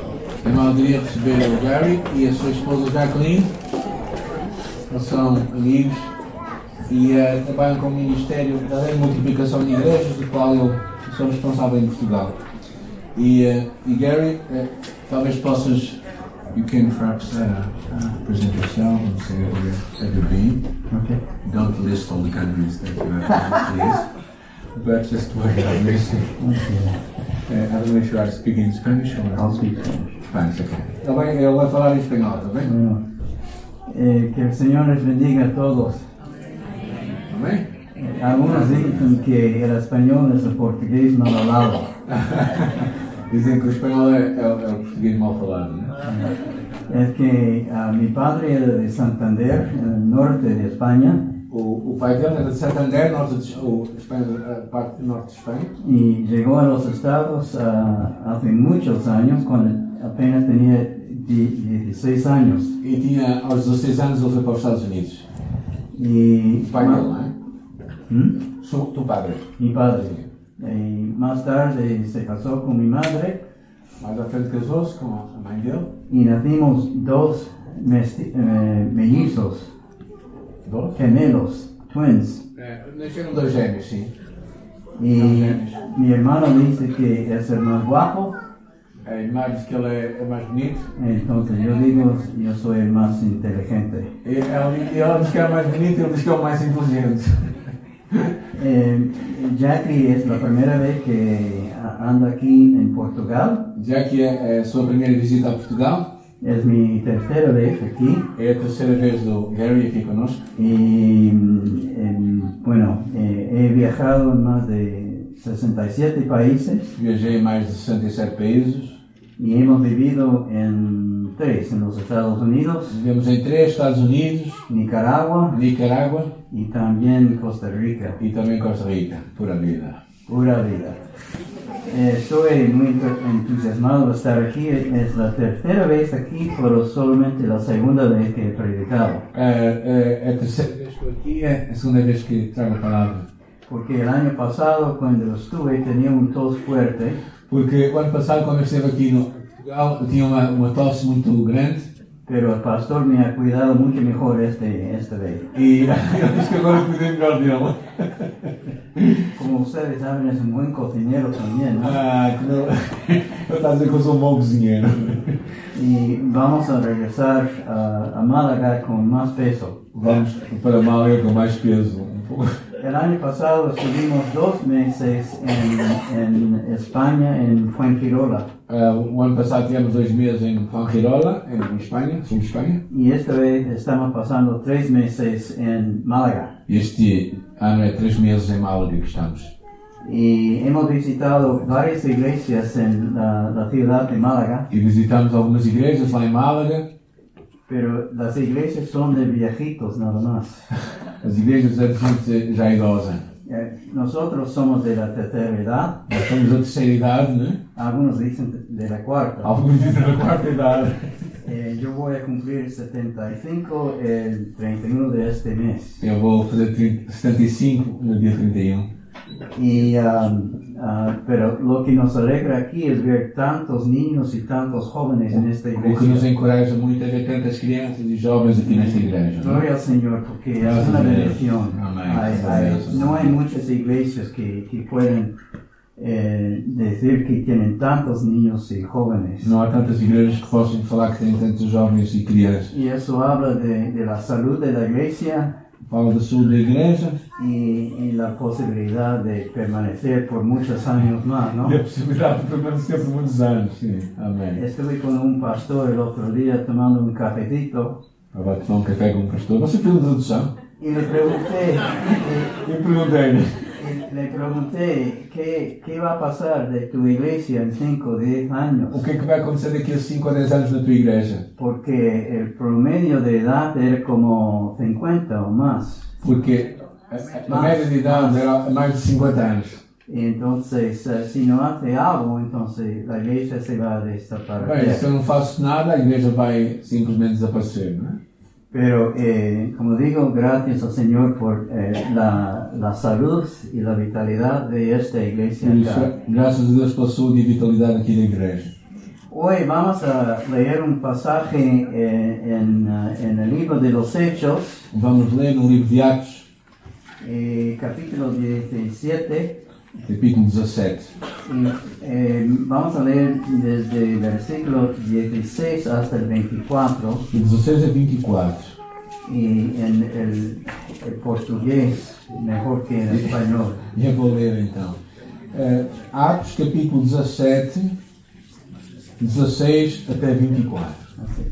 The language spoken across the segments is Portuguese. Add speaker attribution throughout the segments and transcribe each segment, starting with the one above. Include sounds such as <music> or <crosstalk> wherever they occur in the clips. Speaker 1: É uma alegria receber o Gary e a sua esposa Jacqueline. Eles são amigos e eh, trabalham com o Ministério da Lei de Multiplicação de Igrejas, do qual eu sou responsável em Portugal. E, eh, e Gary, eh, talvez possas. You can perhaps uh, uh, present yourself and say where have you been.
Speaker 2: Okay.
Speaker 1: Don't list all the countries that you have been, please. But just where you have listed. Uh, I don't know if you are speaking Spanish or
Speaker 2: I'll speak Spanish.
Speaker 1: Spanish. Okay. Tá bem, ele vai falar em espanhol, tá bem?
Speaker 2: Bueno, eh, que el Señor les bendiga a todos.
Speaker 1: Tá bem?
Speaker 2: Eh, Algunos dicen que el español es el portugués mal hablado.
Speaker 1: Dizem que o espanhol é, é, o- é o português mal falado, né?
Speaker 2: Es que ah, mi padre era de Santander, en el norte de España,
Speaker 1: O, o pai dele era de Santander, norte de, o, Espanha, a parte norte de Espanha.
Speaker 2: y llegó a los estados ah, hace muchos años, cuando apenas tenía die- 16 años.
Speaker 1: E tinha, aos 16 anos, ele foi para os Estados Unidos.
Speaker 2: Y
Speaker 1: O pai dele, não é?
Speaker 2: ¿Mm?
Speaker 1: Sou o teu padre.
Speaker 2: Mi padre. Y más tarde se casó con mi madre
Speaker 1: Mais à frente casou-se com a mãe dele.
Speaker 2: y nacimos dos mesti- eh, mellizos,
Speaker 1: Dois.
Speaker 2: gemelos, twins.
Speaker 1: É, nasceram dois gêmeos, sim.
Speaker 2: Y mi hermano dice que es el más guapo,
Speaker 1: A irmã diz que ele é, é mais bonito.
Speaker 2: entonces yo digo yo soy el más inteligente.
Speaker 1: E ela, e ela diz que é mais bonito e ele diz que é o mais inteligente.
Speaker 2: Eh, Jackie es la primera vez que a- anda aquí en Portugal,
Speaker 1: Já que é, é a sua primeira visita a Portugal,
Speaker 2: es mi tercera vez aquí.
Speaker 1: É a terceira vez do Gary aqui connosco.
Speaker 2: Y mm, em, bueno, eh, he viajado en más de 67 países
Speaker 1: Viajei em mais de 67 países.
Speaker 2: y hemos vivido en tres, en los Estados Unidos,
Speaker 1: Vivemos em três Estados Unidos,
Speaker 2: Nicaragua
Speaker 1: Nicarágua
Speaker 2: y también Costa Rica.
Speaker 1: e também Costa Rica, por a vida.
Speaker 2: Pura vida. Eh, Estoy muy entu- entusiasmado de estar aquí. Es la tercera vez aquí, pero solamente la segunda vez que he predicado.
Speaker 1: É, é, é a terceira vez que estou aqui, é a segunda vez que trago a palavra.
Speaker 2: Porque el año pasado, cuando estuve, tenía un tos fuerte
Speaker 1: Porque o ano passado, quando eu esteve aqui no Portugal, eu tinha uma, uma tosse muito grande <laughs>
Speaker 2: Pero el pastor me ha cuidado mucho mejor este, este vez.
Speaker 1: e ele disse que agora cuidei melhor dele.
Speaker 2: Como ustedes saben, es un buen cocinero también, ¿no?
Speaker 1: Ah, que não. <laughs> Ele está a dizer que eu sou um bom cozinheiro.
Speaker 2: Y vamos a regresar a, a Málaga con más peso.
Speaker 1: Vamos para Málaga com mais peso. Um pouco.
Speaker 2: El año pasado estuvimos dos meses en, en España, en Fuengirola.
Speaker 1: Ah, o ano passado tivemos dois meses em Fongirola, em Espanha, sul de Espanha.
Speaker 2: Y esta vez estamos pasando tres meses en Málaga.
Speaker 1: Este ano é três meses em Málaga que estamos.
Speaker 2: Y hemos visitado varias iglesias en la, la ciudad de Málaga,
Speaker 1: E visitamos algumas igrejas lá em Málaga.
Speaker 2: pero las iglesias son de viejitos nada más. <laughs>
Speaker 1: As igrejas é de gente já idosa.
Speaker 2: Eh, Nosotros somos de la tercera edad,
Speaker 1: Nós somos da terceira idade, né?
Speaker 2: algunos dicen de la cuarta.
Speaker 1: Alguns dizem da quarta idade.
Speaker 2: Eh, yo voy a cumplir 75 el 31 de este mes.
Speaker 1: Eu vou fazer 30, 75 no dia 31.
Speaker 2: Y, um, ah, pero lo que nos alegra aquí es ver tantos niños y tantos jóvenes en esta
Speaker 1: O que nos
Speaker 2: iglesia.
Speaker 1: encoraja muito é ver tantas crianças e jovens aqui nesta igreja. não é?
Speaker 2: Gloria al Señor porque es una bendición.
Speaker 1: Amén.
Speaker 2: Hay- hay- no hay muchas iglesias que, que pueden eh, decir que tienen tantos niños y jóvenes.
Speaker 1: Não há tantas igrejas que possam falar que têm tantos jovens e crianças.
Speaker 2: Y eso habla de, de la salud de la iglesia,
Speaker 1: Fala da saúde da igreja,
Speaker 2: y, y la posibilidad de permanecer por muchos años más, ¿no?
Speaker 1: E a possibilidade de permanecer por muitos anos. Sim. Amém.
Speaker 2: Estuve con un pastor el otro día tomando un cafecito
Speaker 1: Agora tomar um café com um pastor. Você fez uma tradução?
Speaker 2: y le pregunté,
Speaker 1: Eu perguntei-lhe.
Speaker 2: y le pregunté ¿qué, qué va a pasar de tu iglesia en 5 o 10
Speaker 1: O
Speaker 2: años,
Speaker 1: que é que vai acontecer daqui a 5 ou 10 anos na tua igreja?
Speaker 2: porque el promedio de edad era como 50 o más.
Speaker 1: Porque a, a média de idade era mais de 50 anos.
Speaker 2: Entonces, eh, si no hace algo, entonces la iglesia se va a
Speaker 1: Bem,
Speaker 2: desaparecer.
Speaker 1: se eu não faço nada, a igreja vai simplesmente desaparecer, não é?
Speaker 2: Pero, eh, como digo, gracias al Señor por eh, la, la salud y la vitalidad de esta iglesia.
Speaker 1: Por isso,
Speaker 2: acá.
Speaker 1: graças a Deus pela saúde e vitalidade aqui da igreja.
Speaker 2: Hoy vamos a leer un pasaje eh, en, ah, en el libro de los Hechos,
Speaker 1: Vamos ler no livro de Atos,
Speaker 2: eh, capítulo 17,
Speaker 1: capítulo 17.
Speaker 2: y, eh, vamos a leer desde el versículo 16 hasta el 24,
Speaker 1: De 16 a 24.
Speaker 2: y en el, el portugués mejor que en español.
Speaker 1: E eu vou ler então. Eh, Atos, capítulo 17, 16 até 24.
Speaker 2: Así.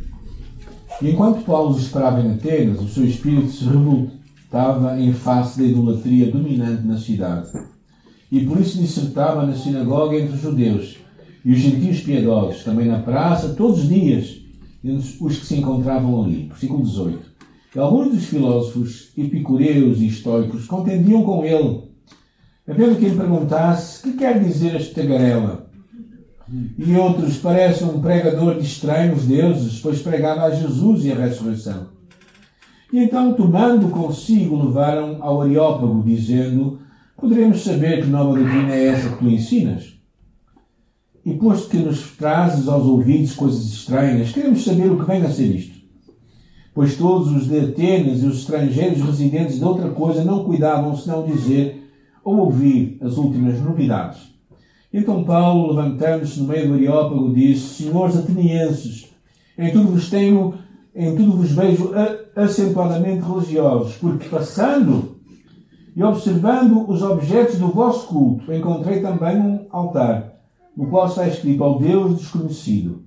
Speaker 1: E enquanto Paulo os esperava em Atenas, o seu espírito se revoltava em face da idolatria dominante na cidade. E por isso dissertava na sinagoga entre os judeus e os gentios piedosos, também na praça, todos os dias, entre os que se encontravam ali. Versículo 18. E alguns dos filósofos epicureus e estoicos contendiam com ele, havendo É que lhe perguntasse que quer dizer este tagarela e outros parece um pregador de estranhos deuses, pois pregava a Jesus e a ressurreição. E então, tomando consigo, levaram ao Areópago, dizendo: Poderemos saber que nova doutrina é essa que tu ensinas? E posto que nos trazes aos ouvidos coisas estranhas, queremos saber o que vem a ser isto. Pois todos os de Atenas e os estrangeiros residentes de outra coisa não cuidavam senão dizer ou ouvir as últimas novidades. Então Paulo, levantando-se no meio do Areópago, disse: Senhores atenienses, em tudo vos tenho, em tudo vos vejo a- acentuadamente religiosos, porque passando e observando os objetos do vosso culto, encontrei também um altar, no qual está escrito ao Deus desconhecido.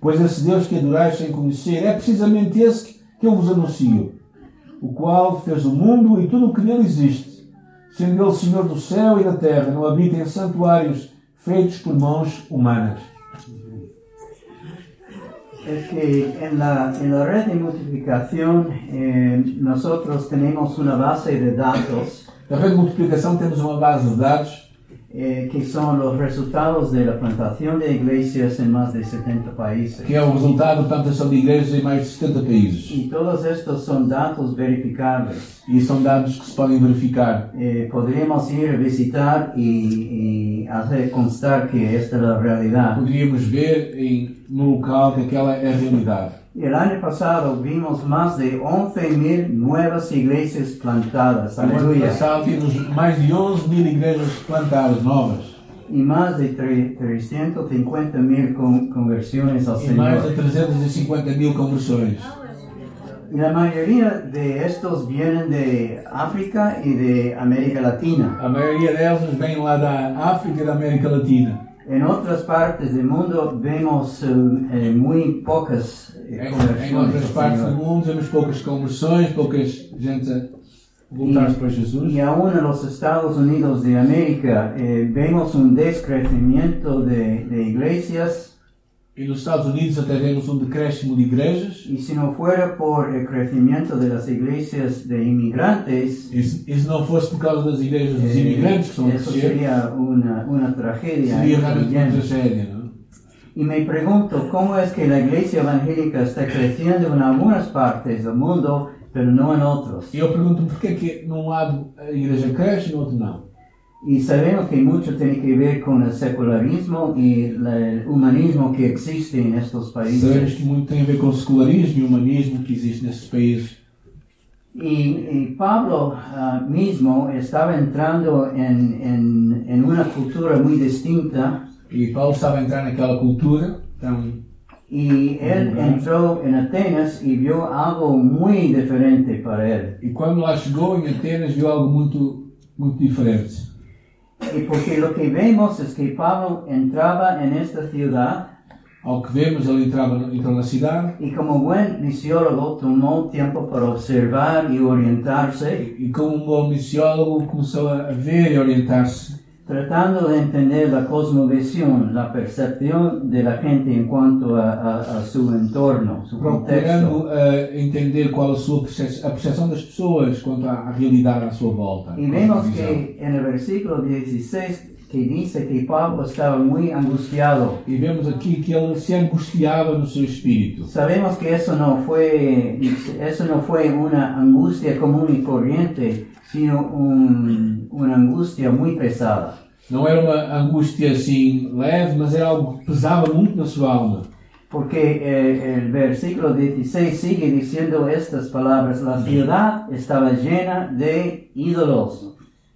Speaker 1: Pois esse Deus que adorais sem conhecer é precisamente esse que eu vos anuncio, o qual fez o mundo e tudo o que nele existe, sendo ele Senhor do céu e da terra, não habita em santuários feitos por mãos humanas.
Speaker 2: Es que en la, en la red de multiplicación eh, nosotros tenemos una base de datos
Speaker 1: Na rede de multiplicação temos uma base de dados
Speaker 2: eh, que son los resultados de la plantación de iglesias en más de 70 países.
Speaker 1: que é o resultado da plantação de igrejas em mais de 70 países.
Speaker 2: Y todos estos son datos verificables.
Speaker 1: E são dados que se podem verificar.
Speaker 2: Eh, podríamos ir a visitar y, y hacer constar que esta es la realidad.
Speaker 1: Poderíamos ver em- no local que aquela é a realidade.
Speaker 2: El año pasado vimos más de 11.000 nuevas iglesias plantadas.
Speaker 1: No ano
Speaker 2: Aleluya.
Speaker 1: passado tínhamos mais de 11 mil igrejas plantadas novas
Speaker 2: y más de 350 mil conversiones al
Speaker 1: e mais
Speaker 2: Señor.
Speaker 1: de 350 mil conversões.
Speaker 2: Y la mayoría de estos vienen de África y de América Latina.
Speaker 1: A maioria delas vem lá da África e da América Latina.
Speaker 2: En otras partes del mundo vemos eh, eh, muy pocas eh,
Speaker 1: Em, em
Speaker 2: conversiones.
Speaker 1: outras
Speaker 2: al
Speaker 1: partes do
Speaker 2: Señor.
Speaker 1: mundo temos poucas conversões, poucas gente a voltar-se para Jesus.
Speaker 2: Y aún en los Estados Unidos de América eh, vemos un descrecimiento de, de iglesias
Speaker 1: E nos Estados Unidos até vemos um decréscimo de igrejas.
Speaker 2: y si no fuera por el crecimiento de las iglesias de inmigrantes, eh,
Speaker 1: E se e se não fosse por causa das igrejas
Speaker 2: É,
Speaker 1: dos imigrantes que estão a
Speaker 2: Eso
Speaker 1: crescer,
Speaker 2: sería una, una tragedia.
Speaker 1: seria realmente uma
Speaker 2: también.
Speaker 1: tragédia. Não? é?
Speaker 2: Y me pregunto cómo es que la iglesia evangélica está creciendo en algunas partes del mundo, pero no en otros.
Speaker 1: E eu pergunto-me porquê é que num lado a igreja cresce e no outro não.
Speaker 2: Y sabemos que mucho tiene que ver con el secularismo y la- el humanismo que existe en estos
Speaker 1: Sabemos
Speaker 2: países.
Speaker 1: que muito tem a ver com o secularismo e o humanismo que existe nesses países.
Speaker 2: Y, y Pablo ah, mismo estaba entrando en, en- en una cultura muy distinta
Speaker 1: E Paulo estava a entrar naquela cultura então, tão
Speaker 2: y él entró en Atenas y vio algo muy diferente para él.
Speaker 1: E quando lá chegou em Atenas viu algo muito, muito diferente.
Speaker 2: Y porque lo que vemos es que Pablo entraba en esta ciudad
Speaker 1: Ao que vemos, ele entrava, entrou na cidade
Speaker 2: y como buen misiólogo tomó tiempo para observar y orientarse,
Speaker 1: e, como um bom missiólogo, começou a ver e orientar-se,
Speaker 2: tratando de entender la cosmovisión, la percepción de la gente en cuanto a, a- a su entorno, su contexto.
Speaker 1: procurando eh, entender qual a sua perce- a percepção das pessoas quanto à, à realidade à sua volta.
Speaker 2: Y vemos que en el versículo 16 que dice que Pablo estaba muy angustiado.
Speaker 1: E vemos aqui que ele se angustiava no seu espírito.
Speaker 2: Sabemos que eso no fue, eso no fue una angustia común y corriente, sino un- una angustia muy pesada.
Speaker 1: Não era uma angústia assim leve, mas era algo que pesava muito na sua alma.
Speaker 2: Porque eh, el versículo 16 sigue diciendo estas palabras, la ciudad estaba llena de ídolos.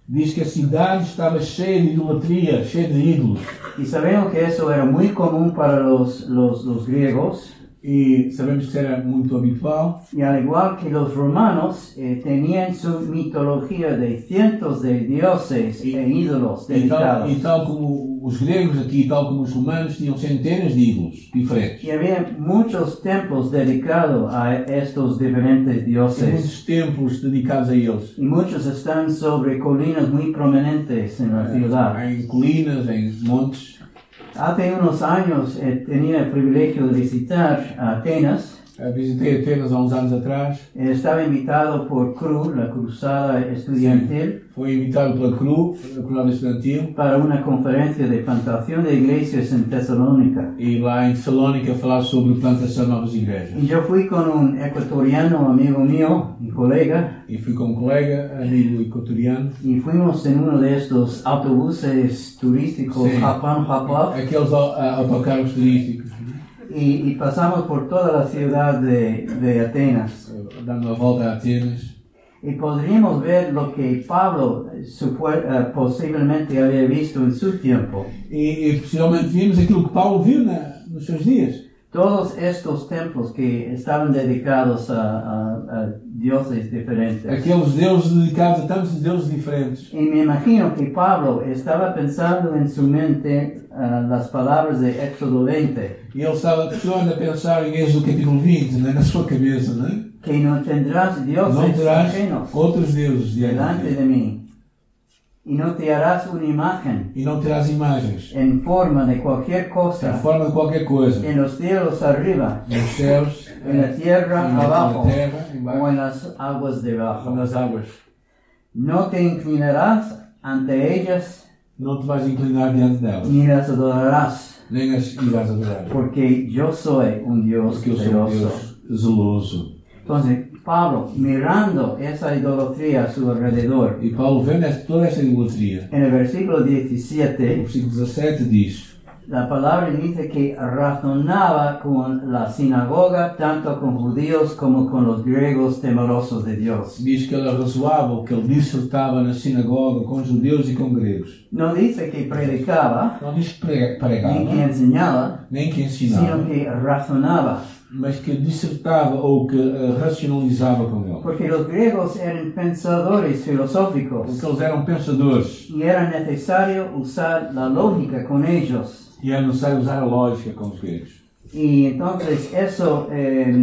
Speaker 1: Diz que a cidade estava cheia de idolatria, cheia de ídolos.
Speaker 2: Y sabemos que eso era muy común para los, los, los griegos,
Speaker 1: E sabemos que isso era muito habitual.
Speaker 2: y al igual que los romanos, eh, tenían su mitología de cientos de dioses
Speaker 1: Y-
Speaker 2: e ídolos
Speaker 1: E tal,
Speaker 2: dedicados.
Speaker 1: e tal como os gregos aqui, tal como os romanos, tinham centenas de ídolos diferentes.
Speaker 2: Y había muchos templos dedicados a estos diferentes
Speaker 1: Tem
Speaker 2: dioses.
Speaker 1: muitos templos dedicados a eles.
Speaker 2: Y muchos están sobre colinas muy prominentes en la ciudad.
Speaker 1: Em colinas, em montes.
Speaker 2: Hace unos años eh, tenía el privilegio de visitar Atenas.
Speaker 1: Eh, Visitei Atenas há uns anos atrás.
Speaker 2: Eh, Estaba invitado por CRU, la Cruzada Estudiantil,
Speaker 1: Foi invitado pela CRU, a Cruzada Estudantil,
Speaker 2: para una conferencia de plantación de iglesias en Tesalónica.
Speaker 1: e lá em Salónica falar sobre plantação de novas igrejas.
Speaker 2: Y yo fui con un ecuatoriano amigo mío, mi colega,
Speaker 1: E fui com um colega, amigo equatoriano,
Speaker 2: y fuimos en uno de estos autobuses turísticos
Speaker 1: Sí.
Speaker 2: Japón Japón
Speaker 1: aqueles au- ah, autocarros turísticos,
Speaker 2: y, y pasamos por toda la ciudad de, de Atenas.
Speaker 1: eh, dando a volta a Atenas.
Speaker 2: Y podríamos ver lo que Pablo eh, supue- eh, posiblemente había visto en su tiempo.
Speaker 1: E, e possivelmente vimos aquilo que Paulo viu na, nos seus dias.
Speaker 2: Todos estos templos que estaban dedicados a, a- a dioses diferentes.
Speaker 1: Aqueles deuses dedicados a tantos deuses diferentes.
Speaker 2: Y me imagino que Pablo estaba pensando en su mente ah, las palabras de Éxodo 20,
Speaker 1: E ele estava pessoa a pensar em Êxodo capítulo 20, né? na sua cabeça, né?
Speaker 2: que no tendrás
Speaker 1: Não
Speaker 2: dioses
Speaker 1: terás
Speaker 2: ajenos
Speaker 1: outros deuses diante
Speaker 2: delante
Speaker 1: de ti.
Speaker 2: de mí, y no te harás una imagen
Speaker 1: E não terás imagens,
Speaker 2: en forma de cualquier
Speaker 1: na
Speaker 2: cosa,
Speaker 1: forma de qualquer coisa.
Speaker 2: en los cielos arriba,
Speaker 1: Nos céus,
Speaker 2: en la tierra
Speaker 1: na
Speaker 2: abajo,
Speaker 1: terra,
Speaker 2: o
Speaker 1: embaixo,
Speaker 2: en las aguas
Speaker 1: ou
Speaker 2: debajo.
Speaker 1: nas águas.
Speaker 2: No te inclinarás ante ellas
Speaker 1: Não te vais inclinar diante delas,
Speaker 2: ni las adorarás,
Speaker 1: nem as irás adorar.
Speaker 2: porque yo soy un Dios
Speaker 1: Porque eu sou um
Speaker 2: celoso.
Speaker 1: Deus zeloso.
Speaker 2: Entonces, Pablo, mirando esa idolatría a su alrededor,
Speaker 1: E Paulo vê nesta- toda esta idolatria.
Speaker 2: en el versículo
Speaker 1: O
Speaker 2: 17,
Speaker 1: versículo 17 diz.
Speaker 2: la palabra dice que razonaba con la sinagoga, tanto con judíos como con los griegos temerosos de Dios.
Speaker 1: Diz que ele razoava, que ele dissertava na sinagoga com judeus e com gregos.
Speaker 2: No dice que predicaba,
Speaker 1: Não diz que pre-
Speaker 2: ni que
Speaker 1: pregava,
Speaker 2: enseñaba,
Speaker 1: nem que
Speaker 2: sino
Speaker 1: ensinava,
Speaker 2: que razonaba.
Speaker 1: mas que dissertava ou que eh, racionalizava com ele.
Speaker 2: Porque los griegos eran pensadores filosóficos
Speaker 1: Porque eles eram pensadores
Speaker 2: y era necesario usar la lógica con ellos.
Speaker 1: e era necessário usar a lógica com os gregos.
Speaker 2: Y entonces eso, eh,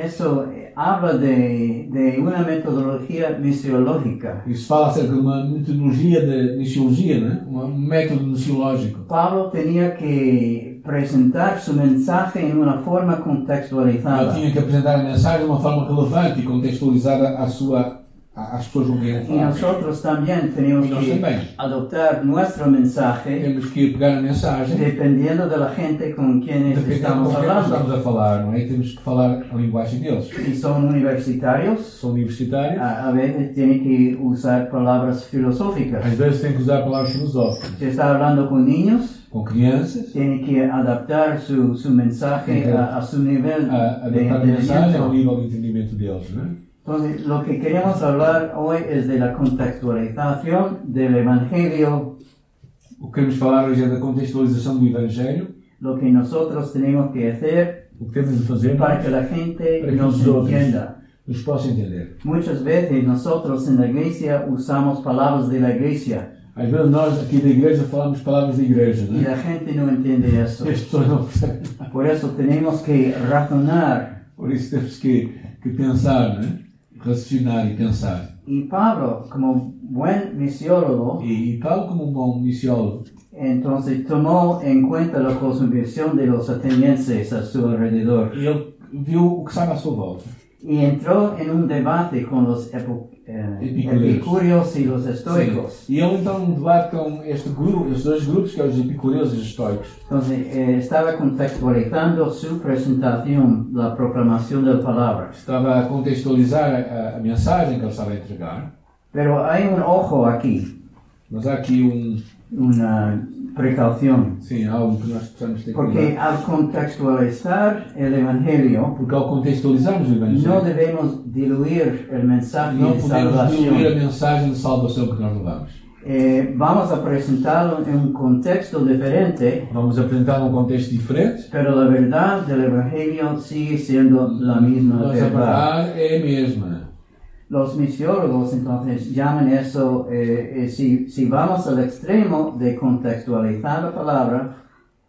Speaker 2: eso eh, habla de, de una metodología misiológica.
Speaker 1: Isso fala acerca de uma metodologia de missiologia, né? um método missiológico.
Speaker 2: Pablo tenía que presentar su mensaje en una forma
Speaker 1: Ele
Speaker 2: contextualizada.
Speaker 1: tinha que apresentar a mensagem de uma forma relevante e contextualizada à sua, à- às pessoas com quem ele
Speaker 2: Y
Speaker 1: fala.
Speaker 2: nosotros también tenemos
Speaker 1: Y nos
Speaker 2: que
Speaker 1: también.
Speaker 2: adoptar nuestro mensaje
Speaker 1: Temos que pegar a mensagem
Speaker 2: dependiendo de la gente con quienes
Speaker 1: Depende
Speaker 2: estamos
Speaker 1: do que nós
Speaker 2: hablando.
Speaker 1: estamos a falar, não é? E Temos que falar a linguagem deles.
Speaker 2: Si son universitarios,
Speaker 1: São universitários,
Speaker 2: a, a veces tienen que usar palabras filosóficas.
Speaker 1: às vezes têm que usar palavras filosóficas.
Speaker 2: Si está hablando con niños,
Speaker 1: Com crianças,
Speaker 2: tiene que adaptar su, su mensaje a, a su nivel
Speaker 1: eh, a
Speaker 2: de
Speaker 1: adaptar a mensagem ao
Speaker 2: entendimiento.
Speaker 1: nível de entendimento deles, não é?
Speaker 2: Entonces, lo que queremos hablar hoy es de la contextualización del Evangelio,
Speaker 1: O que queremos falar hoje é da contextualização do Evangelho,
Speaker 2: lo que nosotros tenemos que hacer
Speaker 1: o que temos de fazer
Speaker 2: para que
Speaker 1: para
Speaker 2: la gente
Speaker 1: que
Speaker 2: nos
Speaker 1: os outros
Speaker 2: entienda.
Speaker 1: nos possam entender.
Speaker 2: Muchas veces nosotros en la iglesia usamos palabras de la iglesia
Speaker 1: Às vezes nós aqui da igreja falamos palavras da igreja,
Speaker 2: y
Speaker 1: não é?
Speaker 2: la gente no entiende eso.
Speaker 1: As pessoas não percebem.
Speaker 2: Por eso tenemos que razonar.
Speaker 1: Por isso temos que, que pensar, não é? Raciocinar e pensar.
Speaker 2: Y Pablo, como buen misiólogo,
Speaker 1: E, e Paulo, como um bom missiólogo,
Speaker 2: Entonces tomó en cuenta la cosmovisión de los atenienses a su alrededor
Speaker 1: ele viu o que estava à sua volta.
Speaker 2: y entró en un debate con los epo- eh,
Speaker 1: Epicúreos.
Speaker 2: epicúreos y los estoicos.
Speaker 1: Sim. E ele então debate com este grupo, estes dois grupos, que é os epicureus e os estoicos.
Speaker 2: Entonces eh, estaba contextualizando su presentación, la proclamación de la palabra.
Speaker 1: Estava a contextualizar a, a mensagem que ele estava a entregar,
Speaker 2: Pero hay un ojo aquí.
Speaker 1: mas há aqui um,
Speaker 2: una precaución.
Speaker 1: Sim, algo que nós precisamos ter
Speaker 2: Porque
Speaker 1: cuidado.
Speaker 2: al contextualizar el Evangelio,
Speaker 1: Porque ao contextualizarmos o
Speaker 2: no
Speaker 1: Evangelho,
Speaker 2: debemos diluir el mensaje
Speaker 1: não
Speaker 2: de
Speaker 1: podemos diluir a
Speaker 2: salvación.
Speaker 1: mensagem de salvação que nós levamos.
Speaker 2: Eh, vamos a presentarlo en un contexto diferente,
Speaker 1: Vamos apresentar um contexto diferente,
Speaker 2: pero la verdad del Evangelio sigue siendo la misma
Speaker 1: mas a
Speaker 2: verdad.
Speaker 1: verdade é a mesma.
Speaker 2: Los misiólogos entonces llaman eso, eh, eh, si, si vamos al extremo de contextualizar la palabra,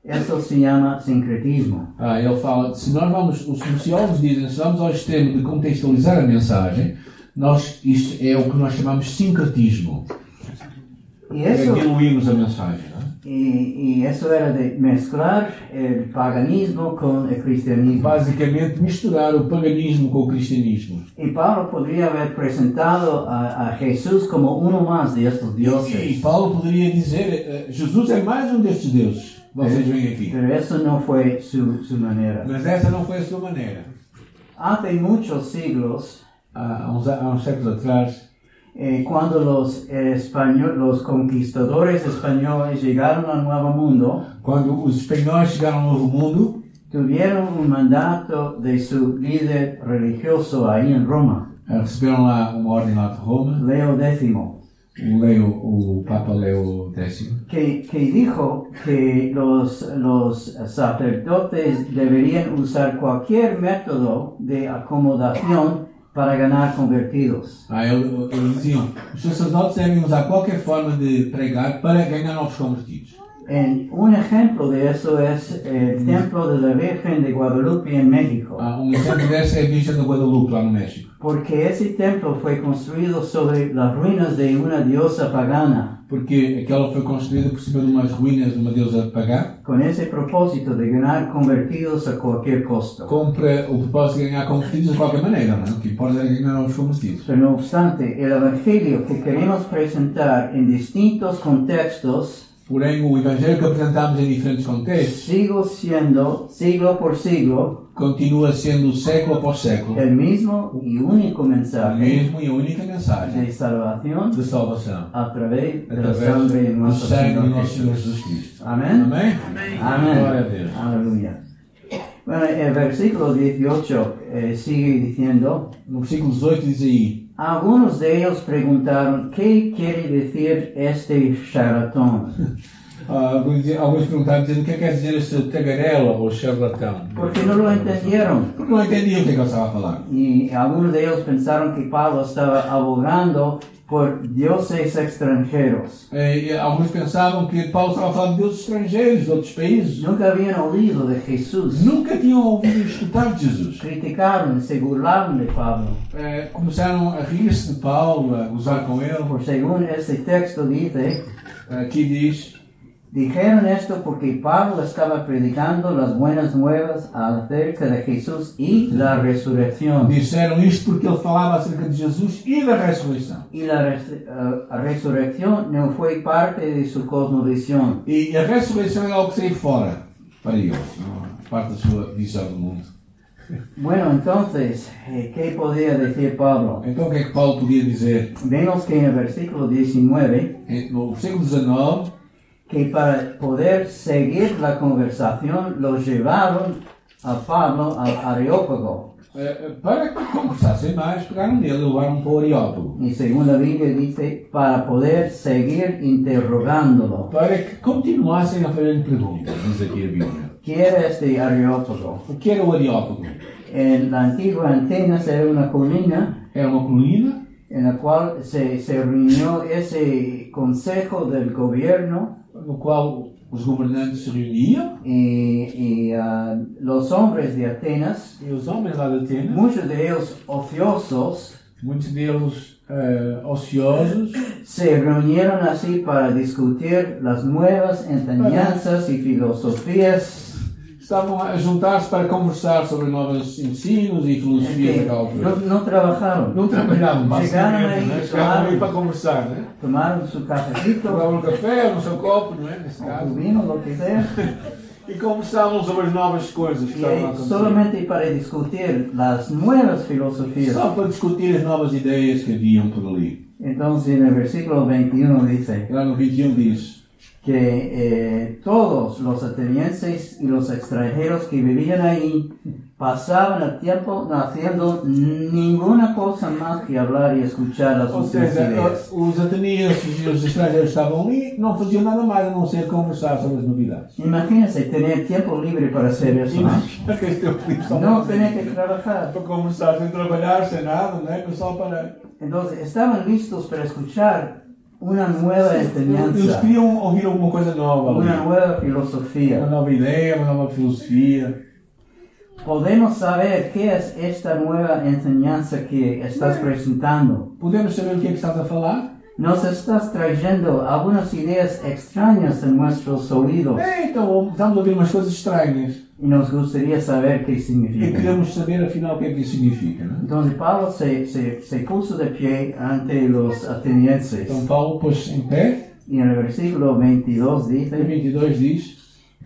Speaker 2: eso se llama sincretismo.
Speaker 1: Ah, ele fala, se nós vamos, os sociólogos dizem, se vamos ao extremo de contextualizar a mensagem, nós, isto é o que nós chamamos de sincretismo.
Speaker 2: Y
Speaker 1: É
Speaker 2: eso,
Speaker 1: diluirmos a mensagem. Não é?
Speaker 2: y, y eso era de mezclar el paganismo con el cristianismo.
Speaker 1: Basicamente, misturar o paganismo com o cristianismo.
Speaker 2: Y Pablo podría haber presentado a, a Jesús como uno más de estos
Speaker 1: E
Speaker 2: dioses,
Speaker 1: Paulo poderia dizer, eh, Jesus é mais um destes deuses. Vocês vêm aqui.
Speaker 2: pero eso no fue su, su manera.
Speaker 1: Mas essa não foi a sua maneira.
Speaker 2: Hace muchos siglos,
Speaker 1: Há uns, há uns séculos atrás,
Speaker 2: eh, cuando los, eh, español- los conquistadores españoles llegaron al Nuevo Mundo,
Speaker 1: quando os espanhóis chegaram ao Novo Mundo,
Speaker 2: tuvieron un mandato de su líder religioso ahí en Roma,
Speaker 1: eh, receberam lá uma ordem lá de Roma,
Speaker 2: Leo X,
Speaker 1: o, Leo, o Papa Leo X.
Speaker 2: que, que dijo que los, los sacerdotes deberían usar cualquier método de acomodación para ganar convertidos.
Speaker 1: Ah, ele, ele dizia, os sacerdotes devem usar qualquer forma de pregar para ganhar novos convertidos.
Speaker 2: En- un ejemplo de eso es el templo de la Virgen de Guadalupe en México,
Speaker 1: Há um exemplo dessa é a Virgem da Guadalupe, lá no México.
Speaker 2: porque ese templo fue construido sobre las ruinas de una diosa pagana,
Speaker 1: Porque aquela foi construída por cima de umas ruínas de uma deusa pagã,
Speaker 2: con ese propósito de ganar convertidos a cualquier costo.
Speaker 1: compra o propósito de ganhar convertidos de qualquer maneira, não é? O que importa é ganhar novos convertidos.
Speaker 2: Pero no obstante, el Evangelio que queremos presentar en distintos contextos
Speaker 1: Porém, o Evangelho que apresentámos em diferentes contextos
Speaker 2: sigue siendo, siglo por siglo,
Speaker 1: continua sendo século após século
Speaker 2: el mismo y único
Speaker 1: o
Speaker 2: mensaje
Speaker 1: mesmo e a única mensagem
Speaker 2: de salvación
Speaker 1: de salvação
Speaker 2: a través de la
Speaker 1: através
Speaker 2: sangre de
Speaker 1: do
Speaker 2: nuestro
Speaker 1: sangue do
Speaker 2: Señor
Speaker 1: nosso Senhor
Speaker 2: Jesús.
Speaker 1: Jesus Cristo.
Speaker 2: Amén.
Speaker 1: Amém?
Speaker 2: Amén.
Speaker 1: Glória a Deus.
Speaker 2: Aleluya. Bueno, el versículo 18 eh, sigue diciendo,
Speaker 1: No versículo 18 diz aí:
Speaker 2: algunos de ellos preguntaron, ¿qué quiere decir este charlatán?
Speaker 1: ah, alguns di- alguns perguntaram dizendo o que é que quer dizer este tagarela ou charlatão.
Speaker 2: Porque no lo entendieron.
Speaker 1: Porque não entendiam o que é que ele estava a falar.
Speaker 2: Y algunos de ellos pensaron que Pablo estaba abogando por dioses extranjeros.
Speaker 1: Eh, e alguns pensavam que Paulo estava a falar de deuses estrangeiros, de outros países.
Speaker 2: Nunca habían oído de Jesús.
Speaker 1: Nunca tinham ouvido escutar de Jesus.
Speaker 2: Criticaron, se burlaron de Pablo.
Speaker 1: Eh, começaram a rir-se de Paulo, a gozar com ele.
Speaker 2: Por según este texto dice,
Speaker 1: Aqui diz
Speaker 2: dijeron esto porque Pablo estaba predicando las buenas nuevas acerca de Jesús y la resurrección.
Speaker 1: Disseram isto porque ele falava acerca de Jesus e da ressurreição.
Speaker 2: Y la res- eh, resurrección no fue parte de su cosmovisión.
Speaker 1: E a ressurreição é algo que saiu fora para eles, não é? parte da sua visão do mundo.
Speaker 2: Bueno, entonces, eh, ¿qué podía decir Pablo?
Speaker 1: Então o que é que Paulo podia dizer?
Speaker 2: Vemos que en el versículo 19,
Speaker 1: Em- No versículo 19,
Speaker 2: que para poder seguir la conversación, lo llevaron a Pablo al Areópago.
Speaker 1: eh, para que conversassem mais, pegaram nele e levaram para o Areópago.
Speaker 2: Y según la Biblia dice, para poder seguir interrogándolo.
Speaker 1: Para que continuassem a fazer perguntas, diz aqui a Bíblia.
Speaker 2: ¿Qué era este Areópago?
Speaker 1: O que era o Areópago?
Speaker 2: En la antigua Atenas era una colina
Speaker 1: Era uma colina
Speaker 2: en la cual se, se reunió ese consejo del gobierno
Speaker 1: no qual os governantes se reuniam
Speaker 2: y, y, ah, los hombres de Atenas,
Speaker 1: e os homens lá de Atenas,
Speaker 2: muchos de ellos ociosos,
Speaker 1: muitos deles eh, ociosos,
Speaker 2: se reunieron así para discutir las nuevas enseñanzas y filosofías
Speaker 1: Estavam a juntar-se para conversar sobre novos ensinos e filosofias
Speaker 2: que
Speaker 1: daquela
Speaker 2: no, pues.
Speaker 1: altura.
Speaker 2: no trabajaron.
Speaker 1: Não trabalhavam,
Speaker 2: Chegaram
Speaker 1: basicamente,
Speaker 2: aí,
Speaker 1: né? chegavam
Speaker 2: claro.
Speaker 1: aí para conversar, né?
Speaker 2: Tomaron su cafecito,
Speaker 1: Tomavam um café, no seu copo, não é? Nesse
Speaker 2: o
Speaker 1: caso.
Speaker 2: vino, lo que sea,
Speaker 1: E conversavam sobre as novas coisas que
Speaker 2: y
Speaker 1: estavam a
Speaker 2: ahí
Speaker 1: acontecer.
Speaker 2: solamente para discutir las nuevas filosofías.
Speaker 1: Só para discutir as novas ideias que haviam por ali.
Speaker 2: Entonces en el versículo 21 dice,
Speaker 1: Lá no 21 diz:
Speaker 2: que eh, todos los atenienses y los extranjeros que vivían ahí pasaban el tiempo no haciendo ninguna cosa más que hablar y escuchar las
Speaker 1: Ou
Speaker 2: sus
Speaker 1: seja,
Speaker 2: ideas.
Speaker 1: os atenienses e os estrangeiros estavam ali, não faziam nada mais a não ser conversar sobre as novidades.
Speaker 2: Imagínense tener tiempo libre para hacer eso. ¿no?
Speaker 1: Imagina que este é o Filipe só para-
Speaker 2: No tener que trabajar.
Speaker 1: para conversar, sem trabalhar, sem nada, não é? Só para.
Speaker 2: Entonces estaban listos para escuchar una nueva
Speaker 1: Eles
Speaker 2: enseñanza,
Speaker 1: queriam ouvir alguma coisa nova
Speaker 2: una
Speaker 1: ali.
Speaker 2: nueva
Speaker 1: Uma
Speaker 2: filosofía.
Speaker 1: nova ideia, uma nova filosofia.
Speaker 2: Podemos saber qué es esta nueva enseñanza que estás presentando.
Speaker 1: Podemos saber o que é que estás a falar?
Speaker 2: Nos estás trayendo algunas ideas extrañas en nuestros oídos
Speaker 1: É, então, estamos a ouvir umas coisas estranhas.
Speaker 2: y nos gustaría saber qué
Speaker 1: E
Speaker 2: significa.
Speaker 1: queremos saber afinal o que é que isso significa, não é?
Speaker 2: Entonces Pablo se, se, se puso de pie ante los atenienses
Speaker 1: Então Paulo pôs-se em pé,
Speaker 2: y en el versículo 22
Speaker 1: em
Speaker 2: dice,
Speaker 1: 22 diz,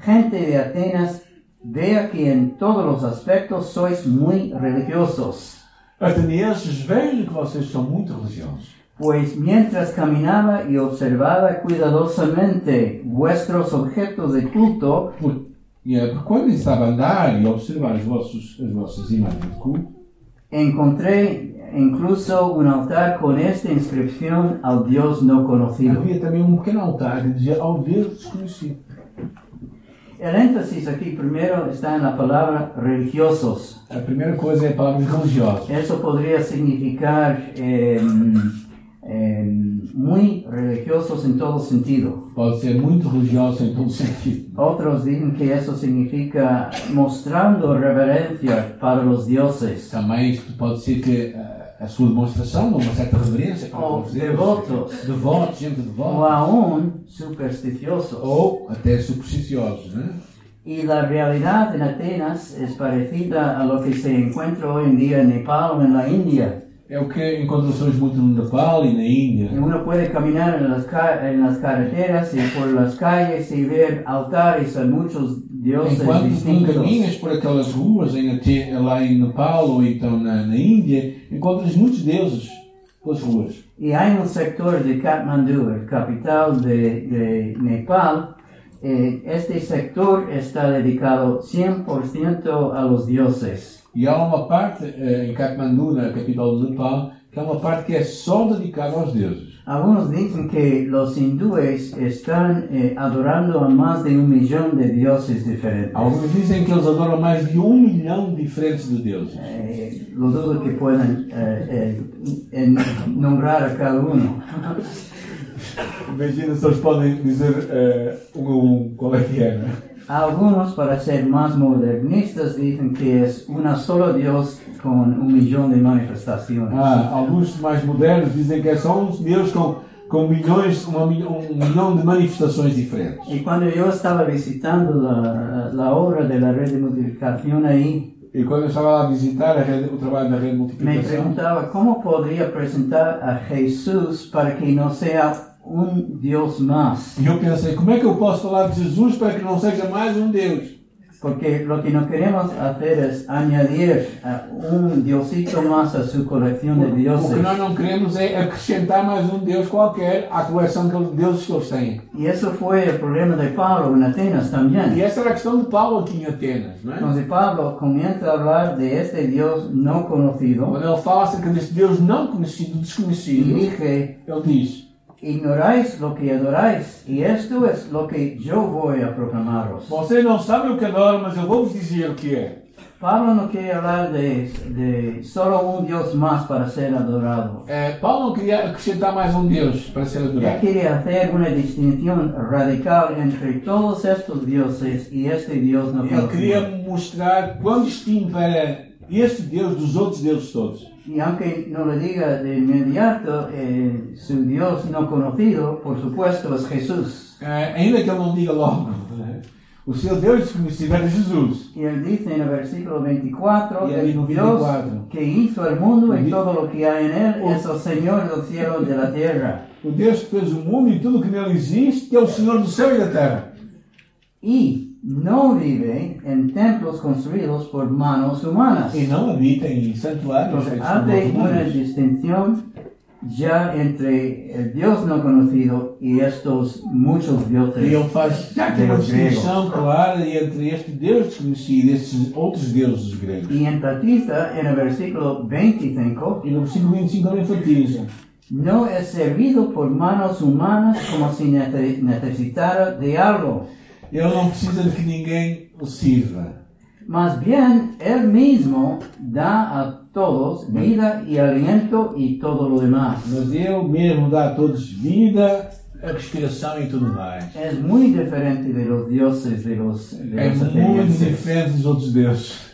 Speaker 2: gente de Atenas, vea que en todos los aspectos sois muy religiosos.
Speaker 1: Atenienses, vejo que vocês são muito religiosos.
Speaker 2: Pues mientras caminaba y observaba cuidadosamente vuestros objetos de culto,
Speaker 1: Por- e é, porque quando estava a andar e a observar os vossos, as vossas imagens de culto,
Speaker 2: encontré incluso un altar con esta inscripción al Dios no conocido.
Speaker 1: havia também um pequeno altar que dizia ao Deus desconhecido.
Speaker 2: El énfasis aquí primero está en la palabra religiosos.
Speaker 1: A primeira coisa é a palavra religiosa.
Speaker 2: Eso podría significar eh, eh, muy religiosos en todo sentido.
Speaker 1: Pode ser muito religiosa em todo sentido.
Speaker 2: Otros dicen que eso significa mostrando reverencia para los dioses
Speaker 1: Também isto pode ser que ah, a, sua demonstração, uma certa reverência para
Speaker 2: Oh,
Speaker 1: os deuses.
Speaker 2: devotos.
Speaker 1: Devotos, gente
Speaker 2: o
Speaker 1: devota.
Speaker 2: aún supersticiosos.
Speaker 1: Ou até supersticiosos, né?
Speaker 2: Y la realidad en Atenas es parecida a lo que se encuentra hoy en día en Nepal o en la India.
Speaker 1: É o que encontramos muito no Nepal e na Índia. é?
Speaker 2: Uno puede caminar en las, ca- en las carreteras y por las calles y ver altares a muitos dioses
Speaker 1: Enquanto tu
Speaker 2: distintos.
Speaker 1: caminhas por aquelas ruas em Ate- lá em Nepal ou então na, na Índia, encontras muitos deuses pelas ruas.
Speaker 2: Y hay un sector de Katmandú, el capital de, de Nepal. eh, este sector está dedicado 100% a los dioses.
Speaker 1: E há uma parte eh, em Kathmandu, na capital do Nepal, que é uma parte que é só dedicada aos deuses.
Speaker 2: Algunos dicen que los hindúes están eh, adorando a más de un millón de dioses diferentes.
Speaker 1: Alguns dizem que eles adoram mais de um milhão diferentes de deuses.
Speaker 2: Eh, lo dudo que puedan eh, eh, en- nombrar a cada uno.
Speaker 1: Imagina se eles podem dizer um, qual é que é,
Speaker 2: Algunos, para ser más modernistas, dicen que es una solo Dios con un millón de manifestaciones.
Speaker 1: Ah, alguns mais modernos dizem que é só um Deus com, com milhões, uma milho- um milhão de manifestações diferentes.
Speaker 2: Y cuando yo estaba visitando la, la obra de la red de multiplicación ahí,
Speaker 1: E quando eu estava lá a visitar a rede- o trabalho da rede de
Speaker 2: me
Speaker 1: multiplicação,
Speaker 2: preguntaba cómo podría presentar a Jesús para que no sea un Dios más.
Speaker 1: e eu pensei, como é que eu posso falar de Jesus para que não seja mais um Deus?
Speaker 2: Porque lo que no queremos hacer es añadir a un diosito más a su colección de
Speaker 1: O que
Speaker 2: dioses.
Speaker 1: nós não queremos é acrescentar mais um Deus qualquer à coleção que eles- deuses que eles têm.
Speaker 2: Y eso fue el problema de Pablo en Atenas
Speaker 1: E
Speaker 2: también.
Speaker 1: essa era a questão de Paulo aqui em Atenas, não é?
Speaker 2: Entonces Pablo comienza a hablar de este Dios no conocido
Speaker 1: Quando ele fala acerca deste Deus não conhecido,
Speaker 2: y
Speaker 1: desconhecido,
Speaker 2: dije,
Speaker 1: ele diz:
Speaker 2: ignoráis lo que adoráis y esto es lo que yo voy a proclamaros.
Speaker 1: Vocês não sabem o que adoram, mas eu vou-vos dizer o que é.
Speaker 2: Pablo no quiere hablar de, de solo un Dios más para ser adorado.
Speaker 1: É, Paulo não queria acrescentar mais um Deus para ser
Speaker 2: Él
Speaker 1: adorado.
Speaker 2: quiere hacer una distinción radical entre todos estos dioses y este Dios no
Speaker 1: Ele queria
Speaker 2: conocido.
Speaker 1: mostrar quão distinto era este Deus dos outros deuses todos.
Speaker 2: Y aunque no lo diga de inmediato, eh, su Dios no conocido, por supuesto, es Jesús.
Speaker 1: É, ainda que ele não diga logo, né? o seu Deus desconhecido era Jesus.
Speaker 2: Y él dice en el versículo 24,
Speaker 1: Y ahí
Speaker 2: el
Speaker 1: no viene
Speaker 2: Dios
Speaker 1: cuatro.
Speaker 2: que hizo el mundo
Speaker 1: Y-
Speaker 2: y todo lo que hay en él
Speaker 1: Oh.
Speaker 2: es el Señor del cielo y de la tierra.
Speaker 1: O Deus que fez o mundo e tudo o que nele existe, que é o Senhor do céu e da terra.
Speaker 2: Y no vive en templos construidos por manos humanas.
Speaker 1: E não habita em santuários
Speaker 2: Entonces,
Speaker 1: feitos por
Speaker 2: hace
Speaker 1: mãos
Speaker 2: una
Speaker 1: humanas.
Speaker 2: distinción ya entre el Dios no conocido y estos muchos
Speaker 1: E
Speaker 2: dioses.
Speaker 1: ele faz exata uma
Speaker 2: Deus grego.
Speaker 1: distinção clara entre este Deus desconhecido e estes outros deuses gregos.
Speaker 2: Y en Tatista, en el versículo 25,
Speaker 1: E no versículo 25 ele enfatiza:
Speaker 2: no es servido por manos humanas como si nece- necesitara de algo.
Speaker 1: Ele não precisa de que ninguém o sirva.
Speaker 2: Más bien, Él mismo da a todos vida y aliento y todo lo demás.
Speaker 1: Mas eu mesmo dá a todos vida, a respiração e tudo mais.
Speaker 2: Es muy diferente de los dioses de los, de
Speaker 1: É
Speaker 2: los
Speaker 1: muito
Speaker 2: atenienses.
Speaker 1: diferente dos outros deuses.